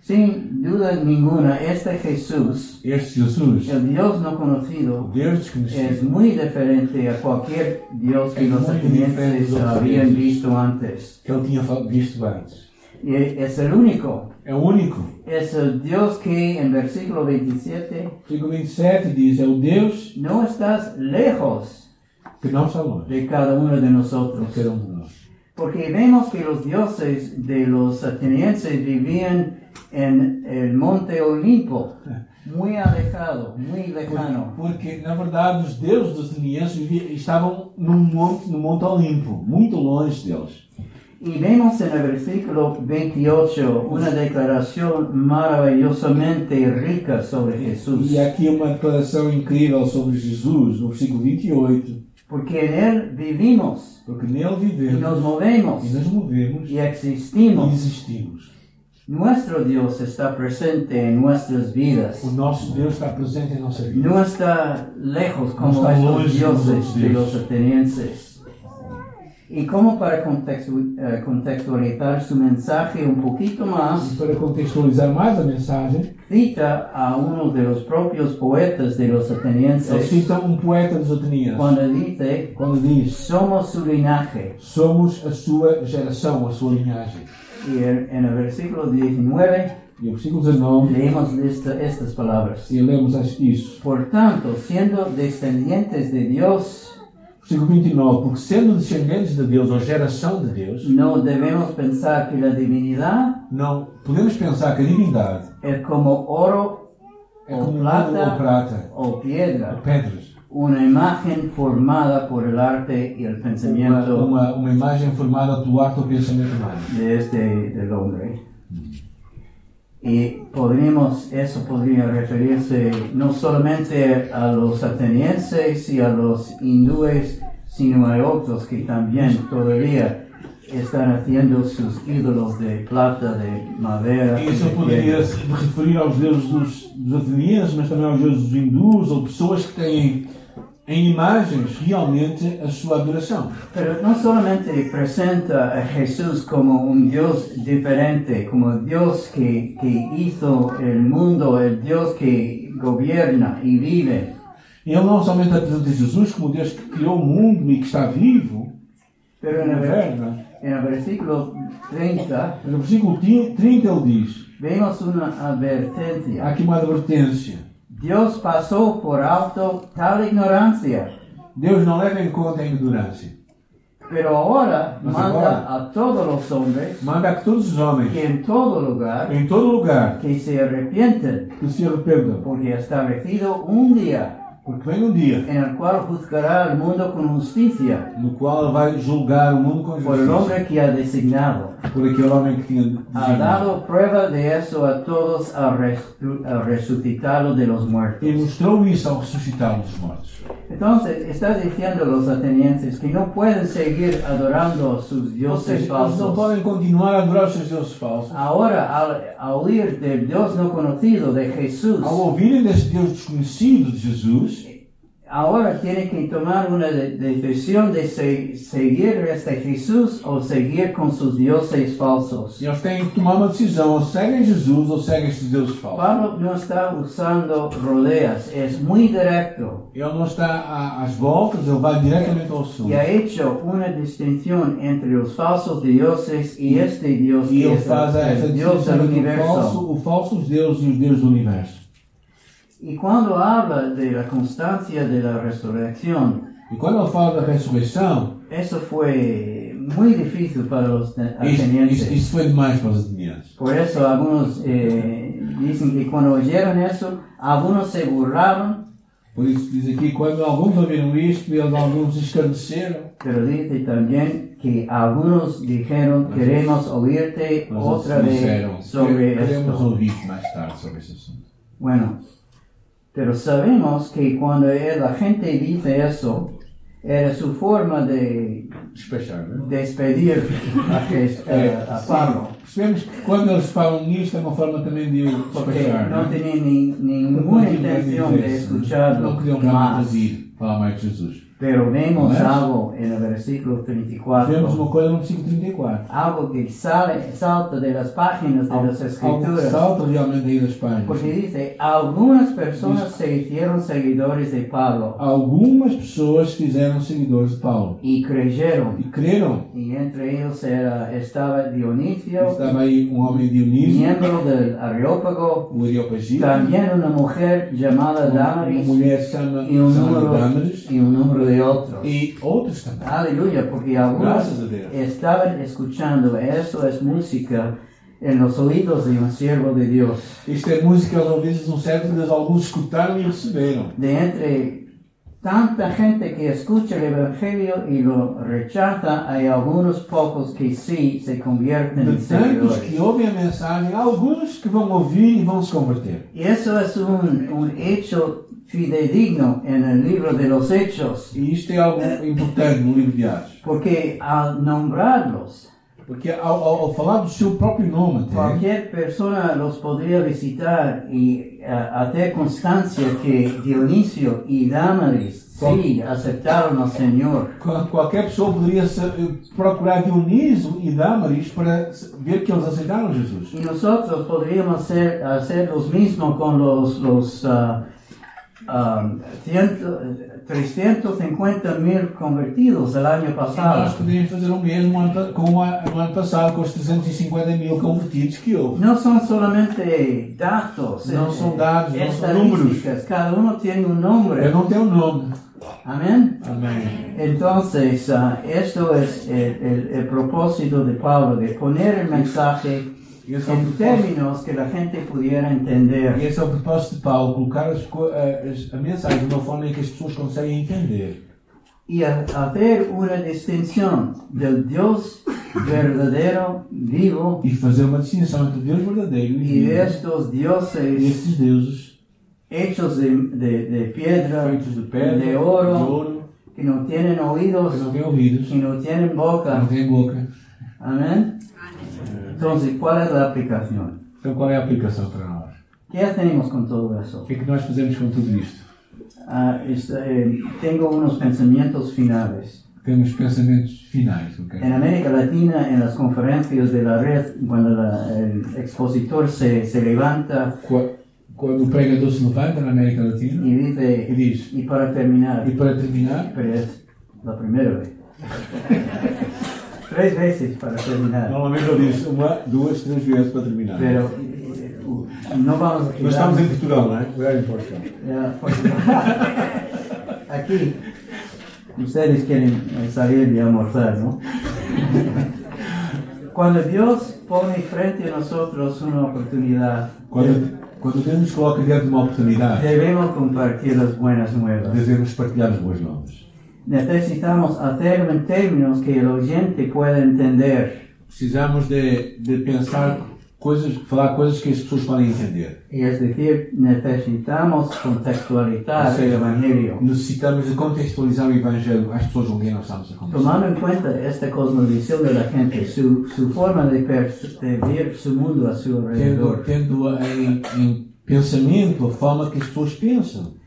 Speaker 2: Sin duda ninguna, este Jesús,
Speaker 1: Este Jesus,
Speaker 2: el Dios no
Speaker 1: o
Speaker 2: conocido,
Speaker 1: Deus
Speaker 2: es
Speaker 1: desconhecido,
Speaker 2: muy diferente a cualquier Dios que
Speaker 1: Es
Speaker 2: los
Speaker 1: muy
Speaker 2: atenienses
Speaker 1: diferente a los
Speaker 2: habían
Speaker 1: atenienses.
Speaker 2: visto antes.
Speaker 1: que ele tinha fa- visto antes.
Speaker 2: Y es el único.
Speaker 1: É o único.
Speaker 2: Es el Dios que en versículo 27
Speaker 1: Versículo 27 diz: É o Deus
Speaker 2: no estás lejos
Speaker 1: que não está longe
Speaker 2: de cada uno de nosotros.
Speaker 1: de cada um de nós.
Speaker 2: Porque vemos que los dioses de los atenienses vivían en el monte Olimpo, muy alejado, muy lejano.
Speaker 1: Porque, na verdade, os deuses dos atenienses viviam- estavam num monte, no Monte Olimpo, muito longe deles.
Speaker 2: Y vemos en el versículo 28 una declaración maravillosamente rica sobre Jesús.
Speaker 1: E aqui uma declaração incrível sobre Jesus, no versículo 28.
Speaker 2: Porque en Él vivimos
Speaker 1: Porque nele
Speaker 2: y nos
Speaker 1: vivemos
Speaker 2: movemos
Speaker 1: e nos movemos
Speaker 2: y
Speaker 1: e
Speaker 2: existimos.
Speaker 1: existimos.
Speaker 2: Nuestro Dios está presente en nuestras vidas.
Speaker 1: O nosso Deus está presente em nossa vida.
Speaker 2: No está lejos
Speaker 1: No
Speaker 2: como
Speaker 1: está lejos
Speaker 2: estos
Speaker 1: de los
Speaker 2: dioses de
Speaker 1: dioses.
Speaker 2: los atenienses. Y como para contextu- eh, contextualizar su mensaje un poquito
Speaker 1: E
Speaker 2: más,
Speaker 1: para contextualizar mais a mensagem,
Speaker 2: cita a uno de los propios poetas de los
Speaker 1: ele
Speaker 2: atenienses
Speaker 1: cita um poeta dos atenienses,
Speaker 2: cuando dice,
Speaker 1: quando diz:
Speaker 2: somos su linaje.
Speaker 1: Somos a sua geração, a sua linhagem.
Speaker 2: Y en en el versículo 19
Speaker 1: E o versículo 19,
Speaker 2: leemos esta- estas palabras.
Speaker 1: e lemos as- isso.
Speaker 2: Por tanto, siendo descendientes de Dios,
Speaker 1: Versículo 29. Porque sendo descendentes de Deus, ou geração de Deus,
Speaker 2: no debemos pensar que la divinidad
Speaker 1: não podemos pensar que a divindade
Speaker 2: es como oro
Speaker 1: é
Speaker 2: O
Speaker 1: como
Speaker 2: plata.
Speaker 1: ouro ou prata,
Speaker 2: o
Speaker 1: ou
Speaker 2: piedra,
Speaker 1: pedras.
Speaker 2: una imagen formada por el arte y el
Speaker 1: Uma,
Speaker 2: pensamiento
Speaker 1: uma, uma imagem formada pelo arte do pensamento humano.
Speaker 2: de este del hombre. Y podríamos, eso podría referirse no solamente a los atenienses y a los hindúes, sino a otros que también todavía están haciendo sus ídolos de plata, de madera. y
Speaker 1: Isso
Speaker 2: de
Speaker 1: eu poderia
Speaker 2: piedra.
Speaker 1: se referir aos deuses dos, dos atenienses, mas também aos deuses dos hindus, ou pessoas que têm em imagens realmente a sua adoração.
Speaker 2: Pero no solamente presenta a Jesús como un Dios diferente, como Dios que, que hizo el mundo, el Dios que gobierna y vive,
Speaker 1: Ele não somente apresenta Jesus como Deus que criou o mundo e que está vivo,
Speaker 2: pero en el, ver-
Speaker 1: governa.
Speaker 2: en el versículo 30
Speaker 1: Mas no versículo 30 ele diz:
Speaker 2: vemos una
Speaker 1: Há
Speaker 2: advertencia.
Speaker 1: aqui uma advertência.
Speaker 2: Dios pasó por alto tal ignorancia,
Speaker 1: Deus não leva em conta a ignorância.
Speaker 2: pero ahora
Speaker 1: Mas
Speaker 2: manda a todos los hombres
Speaker 1: Manda que todos os homens,
Speaker 2: que en todo lugar
Speaker 1: em todo lugar,
Speaker 2: que se arrepienten,
Speaker 1: que se arrependam.
Speaker 2: porque ha establecido un día
Speaker 1: Porque vem um dia
Speaker 2: en el cual juzgará al mundo con justicia
Speaker 1: no qual ele vai julgar o mundo com
Speaker 2: por el
Speaker 1: justiça.
Speaker 2: hombre que ha designado.
Speaker 1: Por aquele homem que tinha
Speaker 2: Ha
Speaker 1: designado.
Speaker 2: dado prueba de eso a todos al, resu- al resucitarlo de los
Speaker 1: E
Speaker 2: muertos.
Speaker 1: mostrou isso ao ressuscitar os mortos.
Speaker 2: Entonces, está diciendo los atenienses que no pueden seguir adorando a sus
Speaker 1: Ou
Speaker 2: dioses
Speaker 1: seja, eles não
Speaker 2: falsos.
Speaker 1: podem continuar a adorar os seus deuses falsos.
Speaker 2: Ahora, al, al oír del Dios no conocido, de Jesús,
Speaker 1: Ao ouvirem deste Deus desconhecido de Jesus,
Speaker 2: ahora tienen que tomar una de- decisión de se- seguir a este Jesús o seguir con sus dioses falsos.
Speaker 1: eles têm que tomar uma decisão: ou seguem Jesus ou seguem estes deuses falsos.
Speaker 2: Pablo no está usando rodeas, es muy directo
Speaker 1: Ele não está a- às voltas, ele vai diretamente ao sul.
Speaker 2: y ha hecho una distinción entre los falsos dioses y este Dios
Speaker 1: E
Speaker 2: que
Speaker 1: ele
Speaker 2: es
Speaker 1: faz
Speaker 2: el,
Speaker 1: essa
Speaker 2: el Dios
Speaker 1: distinção
Speaker 2: del
Speaker 1: entre o
Speaker 2: universo.
Speaker 1: falso, o falso os deuses e os deuses do universo.
Speaker 2: Y cuando habla de la constancia de la resurrección,
Speaker 1: E quando ele fala da ressurreição,
Speaker 2: eso fue muy difícil para los
Speaker 1: isso, isso-
Speaker 2: atenienses.
Speaker 1: isso foi demais para os atenienses.
Speaker 2: Por eso algunos eh, dicen que cuando oyeron eso, algunos se burlaron
Speaker 1: Por isso diz aqui, quando alguns ouviram isto, eles alguns escarneceram,
Speaker 2: Pero dice también que algunos dijeron, queremos oírte
Speaker 1: mas
Speaker 2: otra
Speaker 1: outros disseram,
Speaker 2: vez sobre
Speaker 1: queremos
Speaker 2: esto.
Speaker 1: ouvir mais tarde sobre esse assunto.
Speaker 2: Bueno, pero sabemos que cuando la gente dice eso, era su forma de
Speaker 1: Despachar, não é?
Speaker 2: despedir <laughs> a, Jes- É, a- a Pablo.
Speaker 1: Percebemos que quando eles falam nisto é uma forma também de o
Speaker 2: Porque
Speaker 1: despachar.
Speaker 2: no
Speaker 1: né?
Speaker 2: tenía ni-
Speaker 1: Não
Speaker 2: ninguna
Speaker 1: tinham
Speaker 2: intención de
Speaker 1: interesse, né?
Speaker 2: escucharlo
Speaker 1: Não queriam realmente
Speaker 2: más.
Speaker 1: ouvir falar mais de Jesus.
Speaker 2: Pero vemos
Speaker 1: Mas-
Speaker 2: algo en el versículo
Speaker 1: Vemos
Speaker 2: 34,
Speaker 1: uma coisa no versículo 34.
Speaker 2: algo que sale, salta de las páginas de las
Speaker 1: Algo que
Speaker 2: escrituras.
Speaker 1: salta realmente aí das
Speaker 2: Porque
Speaker 1: páginas.
Speaker 2: dice, algunas personas se hicieron seguidores de Pablo
Speaker 1: Algumas pessoas fizeram seguidores de Paulo
Speaker 2: y creyeron.
Speaker 1: e creram.
Speaker 2: Y entre ellos era, estaba Dionisio,
Speaker 1: Estava aí um homem Dionísio,
Speaker 2: miembro del Areópago,
Speaker 1: o Areopagito,
Speaker 2: también una mujer llamada
Speaker 1: uma
Speaker 2: Damaris
Speaker 1: mulher chama-
Speaker 2: y un
Speaker 1: chamada
Speaker 2: número,
Speaker 1: Damaris
Speaker 2: y un número de otros.
Speaker 1: e outros também.
Speaker 2: Aleluya, porque algunos
Speaker 1: Gracias a Dios.
Speaker 2: estaban escuchando, eso es música en los oídos de un siervo de Dios.
Speaker 1: Isto é música aos ouvidos de um servo de Deus. Alguns escutaram e receberam.
Speaker 2: De entre tanta gente que escucha el Evangelio y lo rechaza, hay algunos pocos que sí se convierten en
Speaker 1: De tantos Pues que
Speaker 2: seguidores.
Speaker 1: ouvem a mensagem, há alguns que vão ouvir e vão se converter.
Speaker 2: Y eso es un, un hecho fidedigno en el libro de los Hechos,
Speaker 1: E isto é algo importante no livro de Atos.
Speaker 2: porque al nombrarlos,
Speaker 1: Porque ao, ao- ao falar do seu próprio nome, até,
Speaker 2: Cualquier persona los podría visitar y eh, hacer constancia que Dionisio y Damaris sí aceptaron al Señor.
Speaker 1: Qual- Qualquer pessoa poderia sa- procurar Dionísio e Damaris para s- ver que eles aceitaram Jesus.
Speaker 2: Y nosotros podríamos hacer, hacer lo mismo con los, los ah, ah, ciento- 350 mil convertidos el año
Speaker 1: Nós
Speaker 2: pasado.
Speaker 1: podíamos fazer o mesmo ano- com o ano- no ano passado, com os 350 mil convertidos que houve.
Speaker 2: No son solamente datos,
Speaker 1: No
Speaker 2: eh,
Speaker 1: son dados, no son números.
Speaker 2: estadísticas, cada uno tiene un nombre.
Speaker 1: Eu não tenho nome.
Speaker 2: Amén.
Speaker 1: Amém.
Speaker 2: Entonces, ah, esto es el, el- el propósito de Pablo, de poner el mensaje
Speaker 1: E esse é o
Speaker 2: en
Speaker 1: propósito,
Speaker 2: términos que la gente pudiera
Speaker 1: e
Speaker 2: entender.
Speaker 1: esse é o propósito de Paulo, colocar as co- a- as- a mensagem de uma forma em que as pessoas conseguem entender.
Speaker 2: Y a- hacer una distinción del Dios verdadero, vivo,
Speaker 1: E fazer uma distinção entre o Deus verdadeiro
Speaker 2: y
Speaker 1: e
Speaker 2: de
Speaker 1: Deus.
Speaker 2: estos
Speaker 1: E
Speaker 2: dioses
Speaker 1: estes deuses,
Speaker 2: hechos de, de- de piedra,
Speaker 1: feitos de pedra,
Speaker 2: de oro,
Speaker 1: de ouro,
Speaker 2: que no tienen
Speaker 1: que não
Speaker 2: oídos,
Speaker 1: têm ouvidos,
Speaker 2: que no tienen
Speaker 1: que não
Speaker 2: boca.
Speaker 1: têm boca.
Speaker 2: Amén. Entonces, ¿cuál es la aplicación?
Speaker 1: Então qual é a aplicação para nós?
Speaker 2: ¿Qué hacemos con todo eso?
Speaker 1: O que é que nós fazemos com tudo isto?
Speaker 2: Ah, es- eh, tengo unos pensamientos finales.
Speaker 1: Temos pensamentos finais, ok?
Speaker 2: En América Latina, en las conferencias de la red, cuando la- el expositor se, se levanta
Speaker 1: Qua- Quando o pregador se levanta na América Latina
Speaker 2: y
Speaker 1: e
Speaker 2: dice,
Speaker 1: diz,
Speaker 2: y para terminar,
Speaker 1: e para terminar,
Speaker 2: pero es la primera vez. Tres veces para terminar.
Speaker 1: normalmente ele diz uma, duas, três vezes para terminar.
Speaker 2: Pero eh, no vamos a
Speaker 1: Nós estamos
Speaker 2: quedarnos-
Speaker 1: em Portugal, não é? We are in Portugal.
Speaker 2: Ya, pues, Aquí. Ustedes quieren eh, salir y almorzar, ¿no? Cuando Dios pone frente a nosotros una oportunidad,
Speaker 1: Quando, quando Deus nos coloca diante de uma oportunidade,
Speaker 2: debemos compartir las buenas nuevas.
Speaker 1: devemos partilhar as boas novas.
Speaker 2: Necesitamos hacerlo en términos que el oyente pueda entender.
Speaker 1: Precisamos de, de pensar coisas, falar coisas que as pessoas podem entender.
Speaker 2: Y es decir, necesitamos contextualizar el
Speaker 1: Ou
Speaker 2: Evangelio.
Speaker 1: necessitamos de contextualizar o Evangelho às pessoas com quem nós estamos a conversar.
Speaker 2: Tomando en cuenta esta cosmovisión de la gente, su, su forma de, per- de ver su mundo a su
Speaker 1: tendo,
Speaker 2: alrededor.
Speaker 1: tendo em, em pensamento a forma que as pessoas pensam.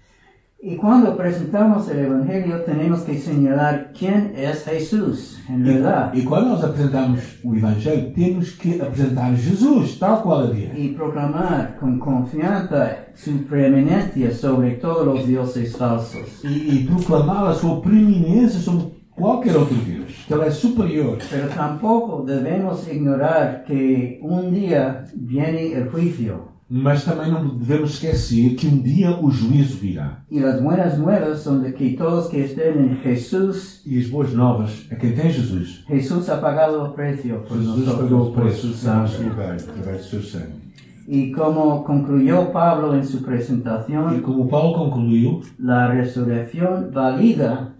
Speaker 2: Y cuando presentamos el Evangelio tenemos que señalar quién es Jesús, en verdad,
Speaker 1: E, e quando nós apresentamos o Evangelho, temos que apresentar Jesus, tal qual ele é.
Speaker 2: y proclamar con confianza su preeminencia sobre todos los dioses falsos.
Speaker 1: E, e proclamar a sua preeminência sobre qualquer outro Deus, que ele é superior.
Speaker 2: Pero tampoco debemos ignorar que un día viene el juicio
Speaker 1: Mas também não devemos esquecer que um dia o juízo virá.
Speaker 2: y las buenas nuevas son de que todos que estén en Jesús
Speaker 1: E as boas novas a quem tem Jesus.
Speaker 2: Jesús ha pagado el precio por
Speaker 1: Jesus pagou
Speaker 2: nosotros,
Speaker 1: o
Speaker 2: por
Speaker 1: preço
Speaker 2: su
Speaker 1: do nosso
Speaker 2: sangre.
Speaker 1: lugar, através do seu sangue.
Speaker 2: Y como concluyó Pablo en su
Speaker 1: E
Speaker 2: presentación,
Speaker 1: como Paulo concluiu,
Speaker 2: la resurrección valida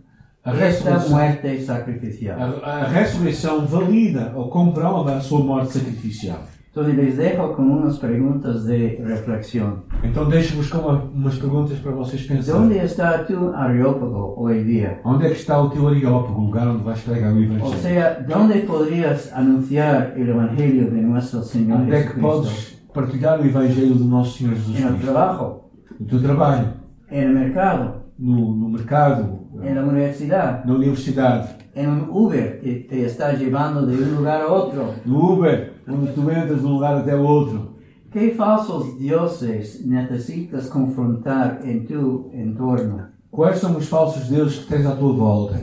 Speaker 1: a
Speaker 2: esta
Speaker 1: ressurreição,
Speaker 2: muerte sacrificial.
Speaker 1: a- a ressurreição valida ou comprova a sua morte sacrificial.
Speaker 2: Entonces les dejo con unas preguntas de reflexión.
Speaker 1: Então deixo-vos com uma- umas perguntas para vocês pensarem.
Speaker 2: ¿Dónde está tu areópago hoy día?
Speaker 1: Onde é que está o teu areópago, o lugar onde vais pregar o
Speaker 2: O
Speaker 1: Evangelho?
Speaker 2: sea, ¿dónde podrías anunciar el Evangelio de nuestro Señor
Speaker 1: Onde é que
Speaker 2: Jesucristo?
Speaker 1: podes partilhar o Evangelho do nosso Senhor Jesus
Speaker 2: En el
Speaker 1: Cristo?
Speaker 2: trabajo,
Speaker 1: No teu trabalho,
Speaker 2: en el mercado,
Speaker 1: no, no mercado,
Speaker 2: en la universidad,
Speaker 1: na universidade,
Speaker 2: en un Uber que te está llevando de un lugar a otro.
Speaker 1: no Uber, onde tu entras de um lugar até o outro.
Speaker 2: ¿Qué falsos dioses necesitas confrontar en tu entorno?
Speaker 1: Quais são os falsos deuses que tens à tua volta?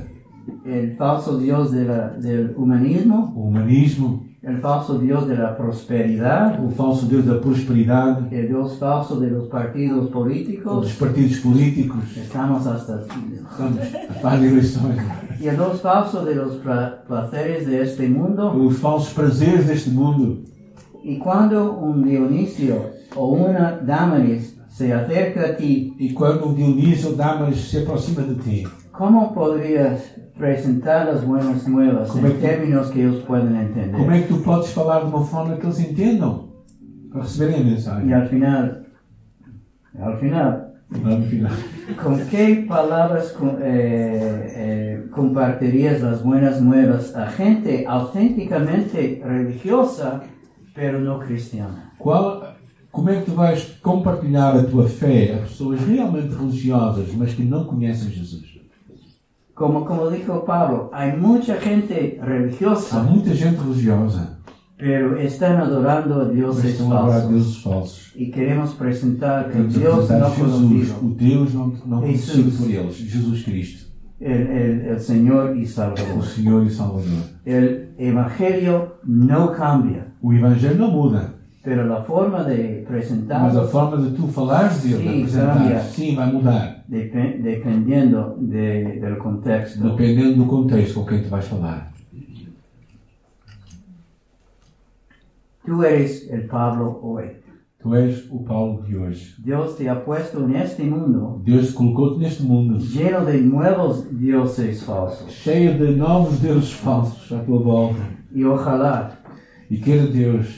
Speaker 2: ¿El falso dios de la- del humanismo?
Speaker 1: O humanismo,
Speaker 2: ¿El falso dios de la prosperidad?
Speaker 1: o falso deus da prosperidade,
Speaker 2: ¿El dios falso de los partidos
Speaker 1: ou dos
Speaker 2: políticos?
Speaker 1: partidos políticos,
Speaker 2: Estamos hasta...
Speaker 1: estamos a fazer eleições.
Speaker 2: ¿Y el dios falso de los pla- placeres de este mundo?
Speaker 1: Os falsos prazeres deste mundo.
Speaker 2: ¿Y cuando un Dionisio o una Damaris se acerca a ti,
Speaker 1: E quando o Dionísio ou Damaris se aproxima de ti,
Speaker 2: ¿cómo podrías presentar las buenas nuevas
Speaker 1: Como
Speaker 2: en
Speaker 1: es que-
Speaker 2: términos que ellos pueden
Speaker 1: como
Speaker 2: entender?
Speaker 1: é que tu podes falar de uma forma que eles entendam? Para receberem a
Speaker 2: Y
Speaker 1: mensagem.
Speaker 2: al final, al final,
Speaker 1: Lá no final.
Speaker 2: ¿con qué palabras co- eh, eh, compartirías las buenas nuevas a gente auténticamente religiosa, pero no cristiana?
Speaker 1: Qual, como é que tu vais compartilhar a tua fé a pessoas realmente religiosas, mas que não conhecem Jesus?
Speaker 2: Como, como dijo Pablo, hay mucha gente
Speaker 1: Há
Speaker 2: religiosa,
Speaker 1: muita gente religiosa
Speaker 2: pero están adorando a
Speaker 1: que
Speaker 2: dioses
Speaker 1: estão a adorar
Speaker 2: falsos.
Speaker 1: deuses falsos.
Speaker 2: Y queremos presentar el
Speaker 1: Queremos
Speaker 2: Dios
Speaker 1: apresentar
Speaker 2: no
Speaker 1: Jesus,
Speaker 2: conocido,
Speaker 1: o Deus não, não
Speaker 2: É Jesus.
Speaker 1: conhecido por eles, Jesus Cristo,
Speaker 2: el, el- el Señor y
Speaker 1: o
Speaker 2: Salvador.
Speaker 1: Senhor e Salvador.
Speaker 2: El Evangelio no cambia,
Speaker 1: O Evangelho não muda,
Speaker 2: pero la forma de
Speaker 1: mas a
Speaker 2: presentarlo
Speaker 1: forma de tu falares dele, de
Speaker 2: Sim,
Speaker 1: apresentares,
Speaker 2: cambia.
Speaker 1: sim, vai mudar,
Speaker 2: depe- dependiendo de- del contexto.
Speaker 1: dependendo do contexto com quem tu vais falar.
Speaker 2: Tú eres el Pablo hoy.
Speaker 1: Tu és o Paulo de hoje.
Speaker 2: Dios te ha puesto en este mundo
Speaker 1: Deus te colocou-te neste mundo,
Speaker 2: lleno de nuevos dioses falsos.
Speaker 1: cheio de novos deuses falsos à tua volta.
Speaker 2: Y ojalá
Speaker 1: E queira Deus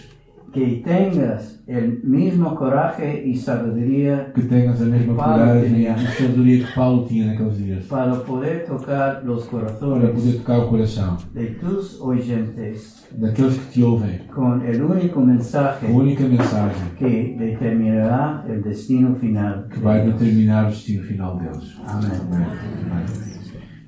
Speaker 2: que tengas el mismo coraje y sabiduría
Speaker 1: que tenhas a mesma
Speaker 2: Paulo
Speaker 1: coragem e
Speaker 2: tinha.
Speaker 1: a sabedoria que Paulo tinha naqueles dias
Speaker 2: para poder tocar los
Speaker 1: para
Speaker 2: corazones
Speaker 1: poder tocar o coração
Speaker 2: de tus oyentes
Speaker 1: daqueles que te ouvem.
Speaker 2: con el único
Speaker 1: A
Speaker 2: mensaje
Speaker 1: única mensagem
Speaker 2: que determinará el destino final.
Speaker 1: que
Speaker 2: de este
Speaker 1: vai
Speaker 2: ellos.
Speaker 1: determinar o destino final deles.
Speaker 2: Amén.
Speaker 1: Amém. Amém.